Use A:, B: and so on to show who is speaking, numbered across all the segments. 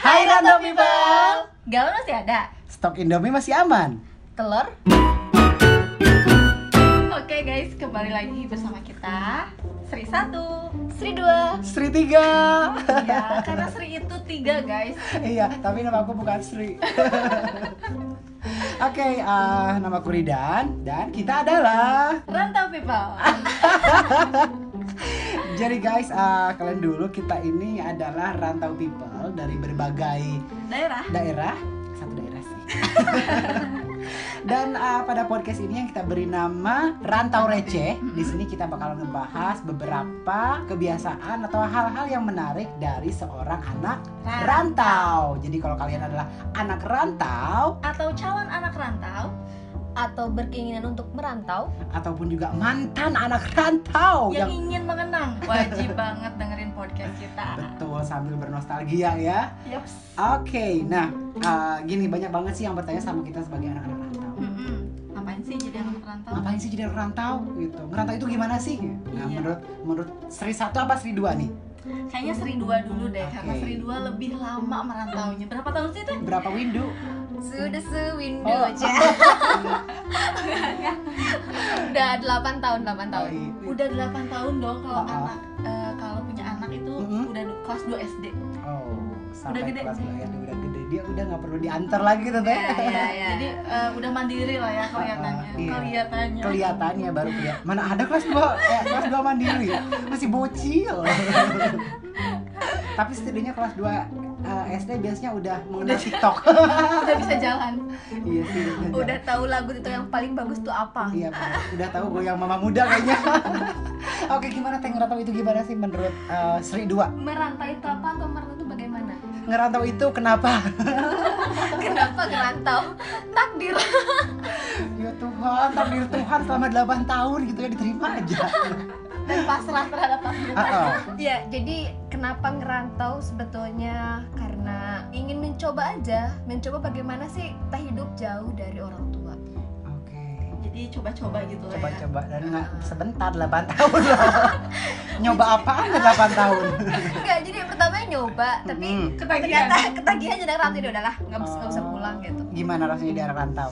A: random people.
B: Galon masih ada.
A: Stok Indomie masih aman.
B: Telur. Oke guys, kembali lagi bersama kita Sri satu.
C: Sri dua.
A: Sri tiga.
B: Ya, karena Sri itu tiga guys.
A: iya, tapi nama aku bukan Sri. Oke, ah, nama aku Ridan dan kita adalah.
B: Rantau people.
A: Jadi guys, ah, kalian dulu kita ini adalah rantau people dari berbagai
B: Daerah.
A: daerah, satu daerah sih. Dan ah, pada podcast ini yang kita beri nama Rantau Receh. Di sini kita bakal ngebahas beberapa kebiasaan atau hal-hal yang menarik dari seorang anak
B: Ran-
A: rantau. Jadi kalau kalian adalah anak rantau
B: atau calon anak rantau.
C: Atau berkeinginan untuk merantau.
A: ataupun juga mantan anak rantau Oh, yang
B: yang ingin mengenang wajib banget dengerin podcast kita
A: betul sambil bernostalgia ya.
B: Yaps.
A: Oke, nah eh, gini banyak banget sih yang bertanya sama kita sebagai anak-anak rantau.
B: Mm-mm. ngapain sih jadi anak rantau
A: Ngapain sih jadi anak rantau gitu? Ngerantau itu gimana sih? Nah,
B: Iya.
A: menurut menurut Sri satu apa Sri dua nih?
B: kayaknya seri dua dulu deh
A: Oke.
B: karena seri dua lebih lama merantaunya berapa tahun sih itu
A: Berapa windu?
C: Sudah sewindu
A: Oh.
C: aja. Udah 8 tahun, 8 tahun.
B: udah 8 tahun dong kalau
A: Ah, ah.
B: anak eh, kalau punya anak itu
A: Mm-mm.
B: udah du- kelas 2 SD
A: Oh, sampai
B: Udah gede.
A: kelas dua ya, udah gede dia udah nggak perlu diantar lagi gitu teh.
C: Iya,
B: jadi eh, udah mandiri lah ya kelihatannya
A: Ah, ah, iya.
B: kelihatannya
A: Kelihatannya baru kelihatan. Mana ada kelas 2? Eh, kelas 2 mandiri. Masih bocil. Tapi setidaknya kelas 2 SD biasanya udah mengenal TikTok.
B: udah bisa jalan
A: iya sih.
C: Udah tahu lagu itu yang paling bagus tuh apa?
A: Iya, bener. udah tahu goyang mama muda kayaknya. Oke, gimana Teh ngerantau itu gimana sih menurut eh, Sri 2?
C: Merantau itu apa atau merantau itu bagaimana?
A: Ngerantau itu kenapa?
C: Kenapa ngerantau? Takdir.
A: ya Tuhan, takdir Tuhan selama 8 tahun gitu ya diterima aja.
B: dan pasrah terhadap takdir
A: Ah, ah.
C: Ya, jadi kenapa ngerantau sebetulnya karena ingin mencoba aja, mencoba bagaimana sih kita hidup jauh dari orang tua.
A: Oke.
B: jadi coba-coba gitu lah ya
A: Coba-coba dan nggak sebentar 8 tahun loh. Nyoba apaan 8 tahun?
C: Enggak, jadi yang pertama nyoba, tapi
A: Mm.
B: ketagihan
C: ternyata ketagihan jadi rantau jadi "Ya udahlah nggak bisa nggak
A: Oh.
C: bisa pulang gitu
A: gimana rasanya di daerah rantau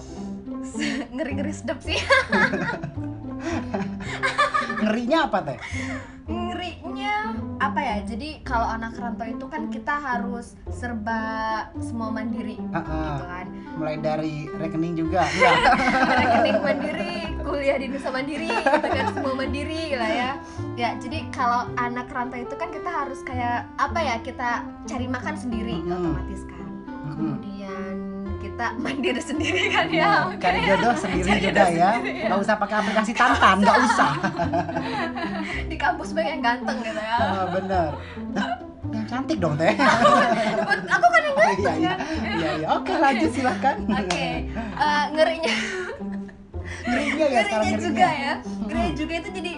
C: ngeri ngeri sedap sih
A: ngerinya apa teh
C: ngerinya apa ya jadi kalau anak rantau itu kan kita harus serba semua mandiri
A: Heeh,
C: gitu kan
A: mulai dari rekening juga Enggak.
C: rekening mandiri kuliah di Nusa Mandiri gitu kan semua mandiri lah ya ya jadi kalau anak rantau itu kan kita harus kayak apa ya kita cari makan sendiri
A: Mm-mm.
C: otomatis kan
A: Mm-mm.
C: kemudian kita mandiri sendiri kan
A: Nah,
C: ya
A: cari jodoh sendiri juga ya nggak usah pakai aplikasi tantan nggak usah
C: di kampus banyak yang ganteng gitu ya
A: Ah, bener nah, yang cantik dong teh
C: aku kan yang
A: Oh, iya iya iya iya. oke lanjut silahkan
C: Oke, eh, ngerinya,
A: ngerinya ya Iya, sekarang
C: ngerinya juga
A: ngerinya
C: ya. Ngerinya juga itu jadi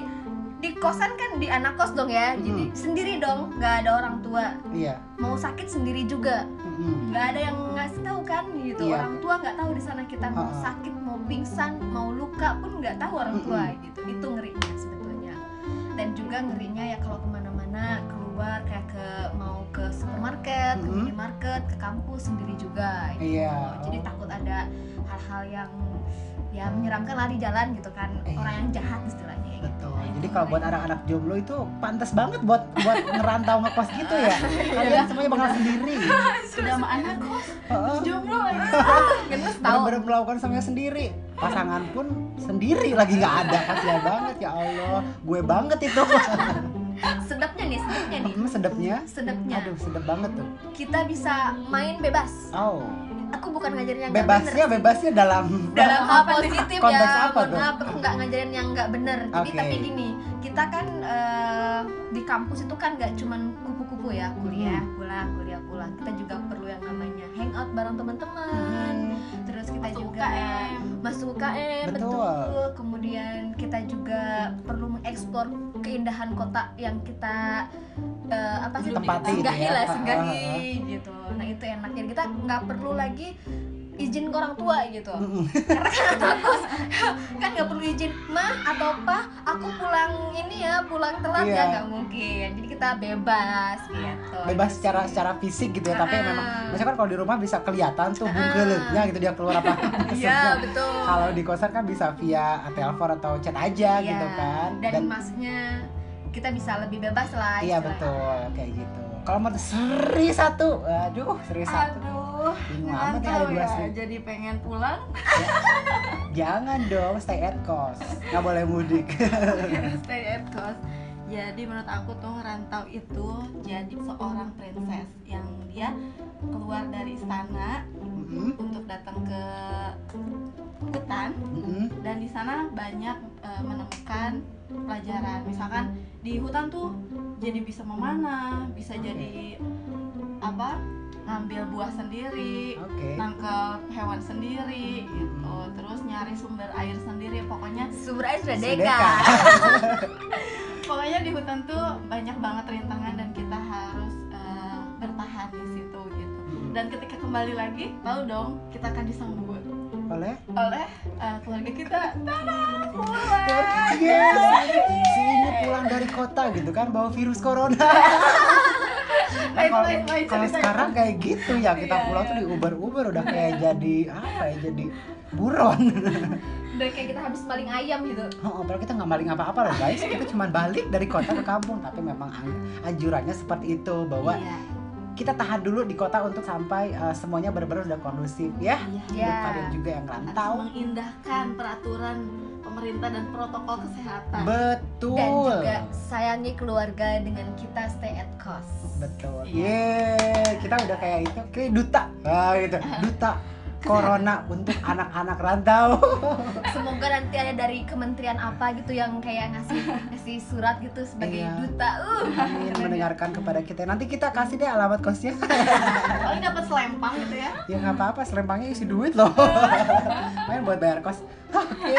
C: di kosan kan di anak kos dong ya, jadi
A: Mm.
C: sendiri dong, nggak ada orang tua.
A: iya
C: Mau sakit sendiri juga,
A: Mm-mm.
C: nggak ada yang ngasih tahu kan gitu.
A: Iya.
C: Orang tua nggak tahu di sana kita mau
A: Ah.
C: sakit, mau pingsan, mau luka pun nggak tahu orang tua
A: Mm-mm.
C: gitu. Itu ngerinya sebetulnya. Dan juga ngerinya ya kalau kemana-mana keluar kayak ke mau ke supermarket, ke
A: Mm-mm.
C: minimarket, ke kampus sendiri juga. gitu.
A: iya
C: Oh, jadi takut ada hal-hal yang ya menyeramkan lah di jalan gitu kan
A: Iya.
C: orang yang jahat istilahnya kayak gitu.
A: betul jadi kalau buat anak-anak jomblo itu pantas banget buat buat ngerantau ngekos gitu ya kalian semuanya bakal sendiri
B: sudah sama anak kos
A: Heeh.
B: jomblo ya. lagi
C: Ah, gemes tau
A: bener-bener melakukan semuanya sendiri pasangan pun sendiri lagi nggak ada kasihan banget ya Allah gue banget itu
C: sedapnya nih sedapnya nih
A: Hmm, sedapnya
C: sedapnya
A: aduh sedap banget tuh
C: kita bisa main bebas
A: oh
C: aku bukan ngajarin yang nggak
A: bebasnya
C: bener
A: bebasnya dalam
C: dalam
B: Dalam
C: hal
B: apa nih?
C: positif ya
A: Konteks apa
C: mohon
A: tuh?
C: maaf aku nggak ngajarin yang nggak bener jadi
A: Oke.
C: tapi gini kita kan eh, di kampus itu kan nggak cuman kupu-kupu ya kuliah
A: Hmm.
C: pulang kuliah pulang kita juga perlu yang namanya hangout bareng teman-teman
A: Hmm.
C: terus kita
B: Masuk
C: juga
B: UKM.
C: masuk UKM
A: Betul.
C: betul. kemudian kita juga perlu mengeksplor keindahan kota yang kita eh, apa sih
A: Tempati gitu
C: singgahi
A: ya.
C: lah
A: Ah,
C: singgahi gitu nah itu enaknya kita nggak perlu lagi izin ke orang tua gitu
A: Mm-mm.
C: karena kan takut
A: Hmm.
C: kan nggak perlu izin mah atau pak aku pulang ini ya pulang telat
A: Iya.
C: ya nggak mungkin jadi kita bebas gitu
A: bebas secara secara fisik gitu ya tapi
C: Ah.
A: memang biasanya kan kalau di rumah bisa kelihatan tuh bugelnya gitu dia keluar apa
C: iya betul
A: kalau di kosan kan bisa via telepon atau chat aja
C: Iya.
A: gitu kan
C: dan, maksudnya kita bisa lebih bebas lah
A: iya
C: istilahnya.
A: betul kayak gitu kalau mau seri satu aduh seri satu
B: Aduh,
A: bingung amat ya ada
B: ngerantau
A: dua
B: ya.
A: seri
B: Jadi pengen pulang,
A: jangan dong stay at kos nggak boleh mudik
B: pengen stay at cost. Jadi menurut aku tuh ngerantau itu jadi seorang princess yang dia keluar dari istana
A: Mm-mm,
B: untuk datang ke hutan
A: mm-mm.
B: dan di sana banyak eh, menemukan pelajaran misalkan di hutan tuh jadi bisa memanah bisa jadi apa ngambil buah sendiri
A: oke
C: Nah.
B: nangkep hewan sendiri gitu terus nyari sumber air sendiri pokoknya
C: sumber air sudah
A: Sedeka.
C: deka
B: pokoknya di hutan tuh banyak banget rintangan dan kita harus eh, bertahan di situ gitu dan ketika kembali lagi tahu dong kita akan disambut
A: boleh
B: oleh eh, keluarga kita Tara
A: Nah,
B: keluar
A: yes si ini pulang dari kota gitu kan bawa virus corona Nah,
B: Lain,
A: kalau-
B: lain, lain,
A: kalau
B: Eh, cerita.
A: sekarang kayak gitu ya kita
B: Iya,
A: pulang
B: iya.
A: tuh di uber uber udah kayak jadi apa ya jadi buron
C: udah kayak kita habis maling ayam gitu
A: oh, padahal kita nggak maling apa apa loh guys kita cuma balik dari kota ke kampung tapi memang an- anjurannya seperti itu bahwa
B: Iya,
A: kita tahan dulu di kota untuk sampai uh, semuanya benar-benar sudah kondusif ya
B: iya.
A: buat
C: Ya.
A: kalian juga yang
B: Harus
A: rantau
B: mengindahkan peraturan pemerintah dan protokol kesehatan.
A: betul
C: dan juga sayangi keluarga dengan kita stay at cost
A: Betul.
B: Iya.
A: Yeay, kita udah kayak itu, kayak duta. Nah, gitu. Duta corona untuk anak-anak rantau.
C: semoga nanti ada dari kementerian apa gitu yang kayak ngasih ngasih surat gitu sebagai
A: Iya.
C: duta uh
A: Amin, mendengarkan kepada kita. Nanti kita kasih deh alamat kosnya.
B: Paling dapat selempang gitu ya.
A: ya nggak apa-apa, selempangnya isi duit loh. Main buat bayar kos. Oke,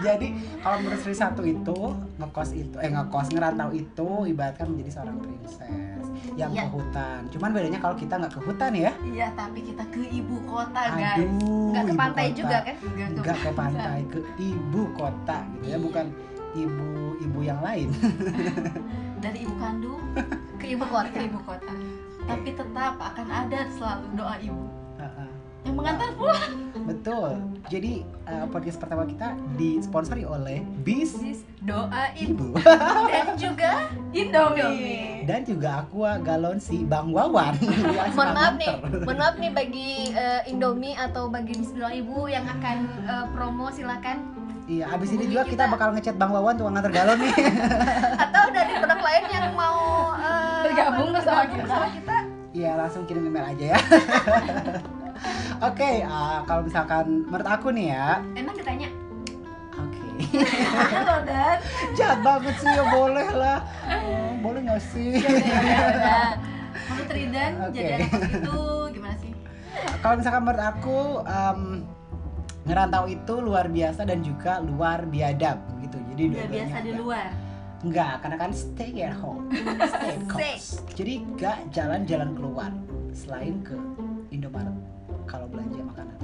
A: jadi kalau menurut Sri satu itu ngekos itu, eh ngekos ngerantau itu ibaratkan menjadi seorang princess yang
C: Iya.
A: ke hutan. Cuman bedanya kalau kita nggak ke hutan ya.
B: Iya, tapi kita ke ibu kota, guys.
A: Aduh,
C: nggak ke
A: ibu
C: pantai
A: kota.
C: juga kan
B: Nggak ke-
A: nggak ke pantai ke ibu kota gitu ya
B: Iya.
A: bukan ibu ibu yang lain
B: Dari ibu kandung
C: ke ibu
B: ke
C: kota
B: ibu kota. Tapi tetap akan ada selalu doa ibu
A: Heeh,
B: yang mengantar pulang.
A: betul jadi eh, podcast pertama kita disponsori oleh bis
C: doa ibu
A: ibu
C: dan juga
B: Indomie.
A: dan juga aqua galon si bang wawan Yang
C: mohon
A: suka
C: maaf nih
A: muter.
C: mohon maaf nih bagi eh, Indomie atau bagi Miss Doa Ibu yang akan eh, promo silakan
A: iya abis ini
C: Hubungi
A: juga kita
C: kita.
A: bakal ngechat bang wawan tuh nganter galon nih
C: atau dari produk lain yang mau eh,
B: Bergabung
C: apa,
B: bersama
C: bergabung
B: kita.
C: bersama kita
A: Iya langsung kirim email aja ya oke eh, kalau misalkan menurut aku nih ya
C: emang ditanya
A: oke
B: Halo, Dan.
A: jahat banget sih ya boleh lah Oh, boleh nggak sih
B: Kamu Tridan
A: Oke.
B: jadi anak kos itu gimana sih?
A: kalau misalkan menurut aku em, ngerantau itu luar biasa dan juga luar biadab gitu jadi
B: Udah
A: dua-duanya
B: biasa di
A: ada.
B: luar.
A: enggak karena kan stay at home stay at house. jadi gak jalan-jalan keluar selain ke Indomaret kalau belanja makanan.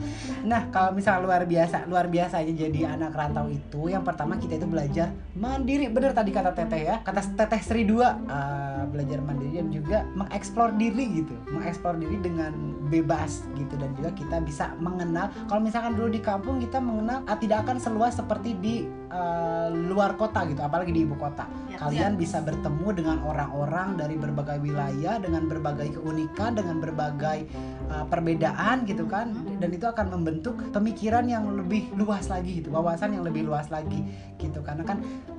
A: Nah, kalau misalnya luar biasa, luar biasanya jadi anak rantau itu yang pertama kita itu belajar mandiri. Bener tadi kata Teteh ya, kata Teteh Sri dua eh, belajar mandiri dan juga mengeksplor diri gitu, mengeksplor diri dengan bebas gitu dan juga kita bisa mengenal. Kalau misalkan dulu di kampung kita mengenal ah, tidak akan seluas seperti di eh, luar kota gitu, apalagi di ibu kota
B: Ya,
A: kalian bisa bertemu dengan orang-orang dari berbagai wilayah dengan berbagai keunikan dengan berbagai uh, perbedaan gitu kan
B: Mm-hmm.
A: dan itu akan membentuk pemikiran yang lebih luas lagi gitu wawasan yang lebih luas lagi gitu karena kan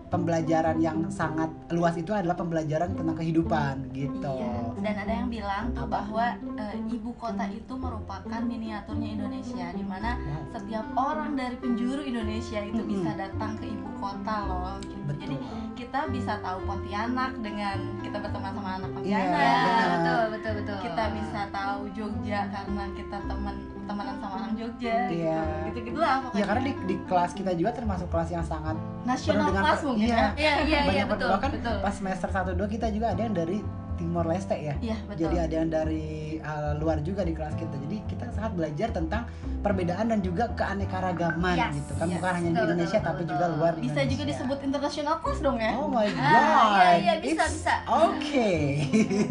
A: pembelajaran yang sangat luas itu adalah pembelajaran tentang kehidupan gitu
B: Iya. Dan ada yang bilang tuh
A: Apa?
B: bahwa eh, ibu kota itu merupakan miniaturnya Indonesia, di mana
A: Wow,
B: setiap orang dari penjuru Indonesia itu
A: Mm-mm.
B: bisa datang ke ibu kota loh. gitu. Jadi
A: betul
B: kita bisa tahu Pontianak dengan kita berteman sama anak
A: Iya,
B: Pontianak.
C: ya,
A: benar.
C: betul betul betul
B: Kita bisa tahu Jogja karena kita teman temenan sama orang Jogja.
A: Iya.
B: Gitu gitulah
A: ya
B: pokoknya.
A: karena di, di kelas kita juga termasuk kelas yang sangat
B: nasional
A: penuh dengan
B: kelas
A: per-
B: mungkin
A: iya.
B: ya.
C: iya iya iya
A: banyak
C: betul
A: bahkan
C: betul
A: pas semester 1 2 kita juga ada yang dari Timor Leste ya
B: Iya betul.
A: jadi ada yang dari uh, luar juga di kelas kita jadi kita sangat belajar tentang perbedaan dan juga keanekaragaman
C: Yes,
A: gitu kan
B: yes.
A: bukan hanya di
C: Betul,
A: Indonesia
C: betul,
A: tapi
C: betul,
A: juga
C: betul.
A: luar
B: bisa
A: Indonesia.
B: juga disebut international class dong ya.
A: oh my god
C: Ah, iya, iya, bisa,
A: It's
C: bisa.
A: oke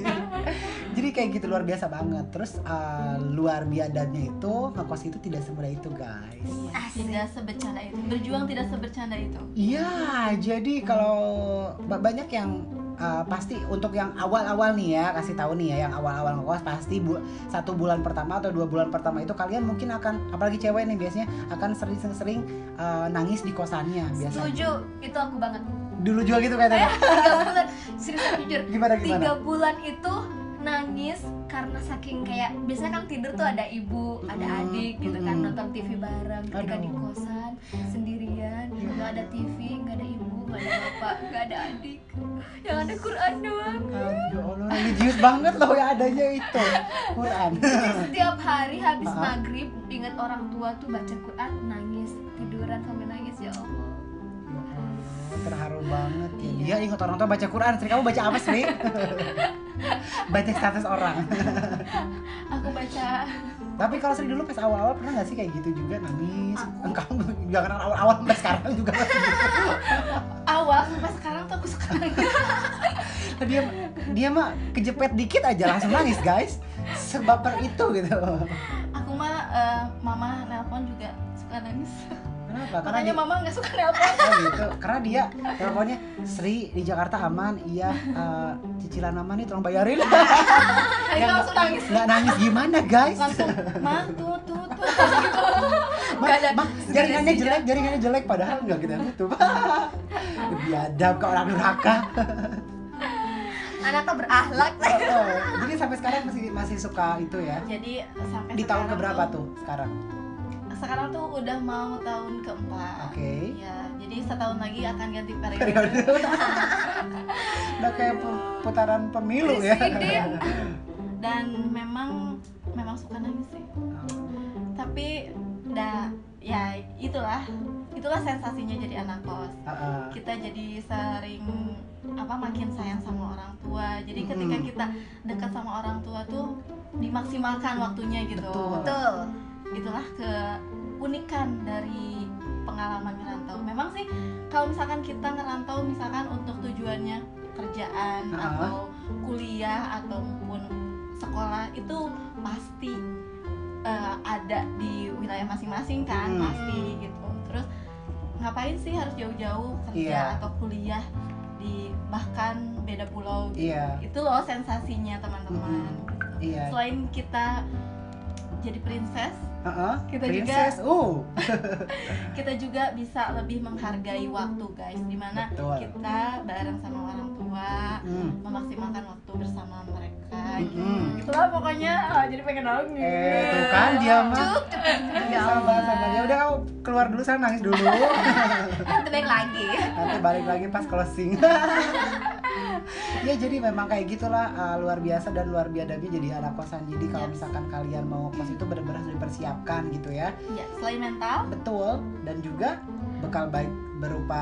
A: jadi kayak gitu luar biasa banget terus uh, luar biadanya itu ngekos itu tidak semudah itu guys
B: Iya,
C: Asik.
B: Tidak sebercanda itu. Berjuang tidak sebercanda itu.
A: Iya, jadi kalau ba- banyak yang uh, pasti untuk yang awal-awal nih ya, kasih tahu nih ya, yang awal-awal ngekos pasti bu- satu bulan pertama atau dua bulan pertama itu kalian mungkin akan, apalagi cewek nih biasanya akan sering-sering uh, nangis di kosannya biasanya.
C: Setuju, itu aku banget.
A: Dulu juga gitu katanya.
C: Tiga bulan, serius aku jujur.
A: Gimana
C: Tiga
A: gimana?
C: bulan itu nangis karena saking kayak biasanya kan tidur tuh ada ibu, ada
A: Mm-mm,
C: adik gitu kan
A: mm-mm.
C: nonton TV bareng. Ketika
A: Aduh. Iya.
C: di kosan sendirian, nggak ada TV, nggak ada ibu, nggak ada bapak, nggak ada adik. Yang ada Quran doang.
A: Aduh, ya Allah, religius banget loh ya adanya itu. Quran. Ya
C: Setiap hari habis
A: Ah.
C: maghrib ingat orang tua tuh baca Quran, nangis, tiduran sampai nangis ya Allah.
A: terharu banget ya.
B: Iya.
A: Dia ingat orang tua baca Quran, Sri kamu baca apa Sri? baca status orang.
B: Aku baca
A: Tapi kalau sering dulu pas awal-awal pernah nggak sih kayak gitu juga nangis?
B: Aku-
A: Engkau jangan awal-awal sampai sekarang juga masih gitu.
B: awal sampai sekarang tuh aku suka nangis.
A: Dia dia mah kejepet dikit aja langsung nangis guys. Sebaper itu gitu.
B: Aku mah eh, mama nelpon juga suka nangis.
A: Kenapa? Karena
B: Makanya
A: dia
B: mama nggak suka nelpon.
A: oh gitu. Karena dia teleponnya Sri di Jakarta aman, iya eh, cicilan mama nih tolong bayarin.
B: Akhirnya langsung nangis.
A: Nggak nangis gimana guys?
B: Langsung ma tuh tuh tuh.
A: Ma,
C: nggak ada
A: ma, jaringannya jelek, jaringannya jelek padahal nggak kita gitu. Biadab ke orang durhaka.
C: Anaknya berahlak.
A: Oh, oh. Jadi sampai sekarang masih masih suka itu ya.
B: Jadi sampai
A: Di tahun
B: sekarang
A: keberapa tuh sekarang?
B: Sekarang tuh udah mau tahun keempat.
A: Oke.
B: Iya, jadi setahun lagi akan ganti periode.
A: Periode. Udah kayak pe- putaran pemilu ya.
C: Presiden.
B: Dan memang memang suka nangis sih. Tapi da ya itulah itulah sensasinya jadi anak kos.
A: Ah, ah.
B: Kita jadi sering apa makin sayang sama orang tua. Jadi ketika
A: Mm-mm.
B: kita dekat sama orang tua tuh dimaksimalkan waktunya gitu.
A: Betul.
C: Betul.
B: itulah keunikan dari pengalaman merantau. Memang sih kalau misalkan kita ngerantau misalkan untuk tujuannya kerjaan
A: Ah.
B: atau kuliah ataupun sekolah itu pasti eh, ada di wilayah masing-masing kan
A: Hmm.
B: pasti gitu. Terus ngapain sih harus jauh-jauh kerja
A: Iya.
B: atau kuliah di bahkan beda pulau gitu.
A: Iya,
B: Itu loh sensasinya teman-teman.
A: iya.
B: Selain kita jadi princess
A: Ah, ah.
B: kita
A: Princess, uh,
B: juga kita juga bisa lebih menghargai waktu guys dimana
A: Betul.
B: kita bareng sama orang tua
A: Hmm.
B: memaksimalkan waktu bersama mereka gitu
A: Mm-mm.
B: itulah pokoknya ah, jadi pengen nangis
A: Eh, tuh kan dia mah.
C: Cuk, cuk, cuk, ya
A: Sabar, sabar. Ya udah kamu keluar dulu sana nangis dulu.
C: Allah. Tenang lagi.
A: nanti balik lagi pas closing ya jadi memang kayak gitulah uh, luar biasa dan luar biadabnya jadi anak kosan jadi kalau
B: Yes.
A: misalkan kalian mau kos itu benar-benar harus dipersiapkan gitu ya
B: ya selain mental
A: betul dan juga bekal baik berupa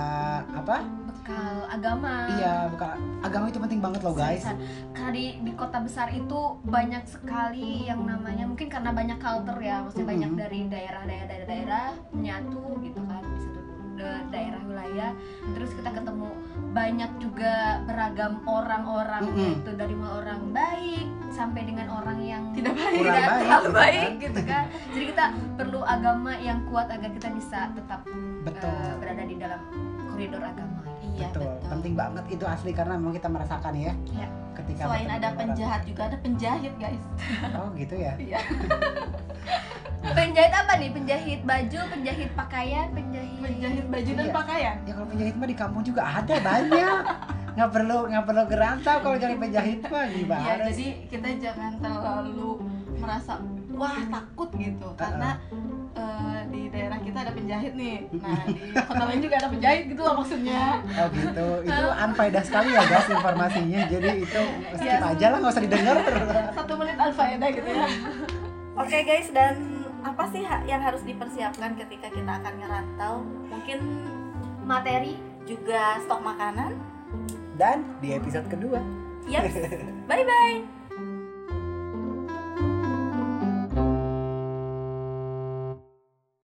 A: apa
C: Bekal agama.
A: iya bekal agama itu penting banget loh guys
B: Iya,
C: Seriusan. Karena di, di kota besar itu banyak sekali yang namanya mungkin karena banyak culture ya, maksudnya banyak
A: Mhm.
C: dari daerah-daerah-daerah menyatu gitu kan di satu da- daerah wilayah. Terus kita ketemu banyak juga beragam orang-orang
A: Mhm.
C: gitu dari mulai orang baik sampai dengan orang yang
B: tidak baik
A: kurang
C: tidak
A: baik,
C: terlalu
A: gitu kan.
C: baik gitu kan. Jadi kita perlu agama yang kuat agar kita bisa tetap
A: betul
C: eh, berada di dalam koridor agama.
B: iya
A: betul.
B: ya, betul,
A: penting banget itu asli karena memang kita merasakan ya
C: Iya.
A: ketika
B: selain
A: bertemu
B: ada
A: dengan
B: penjahat juga ada penjahit guys
A: orang. oh gitu ya
C: Penjahit apa nih? Penjahit baju, penjahit pakaian, penjahit.
B: penjahit baju dan
A: Iya.
B: pakaian
A: ya kalau penjahit mah di kampung juga ada banyak nggak perlu nggak perlu gerantau kalau cari penjahit mah gimana
B: ya
A: sih?
B: jadi kita jangan terlalu merasa wah takut gitu karena eh, di daerah kita ada penjahit nih nah di kota lain juga ada penjahit gitu loh maksudnya
A: Oh gitu, itu unfaedah sekali ya guys informasinya Jadi itu
B: Iya,
A: skip aja lah, nggak usah didengar
B: satu menit alfaedah gitu ya oke guys dan apa sih ha- yang harus dipersiapkan ketika kita akan ngerantau mungkin
C: Materi
B: juga stok makanan Iya,
A: Dan di episode kedua
B: Yap. Bye bye.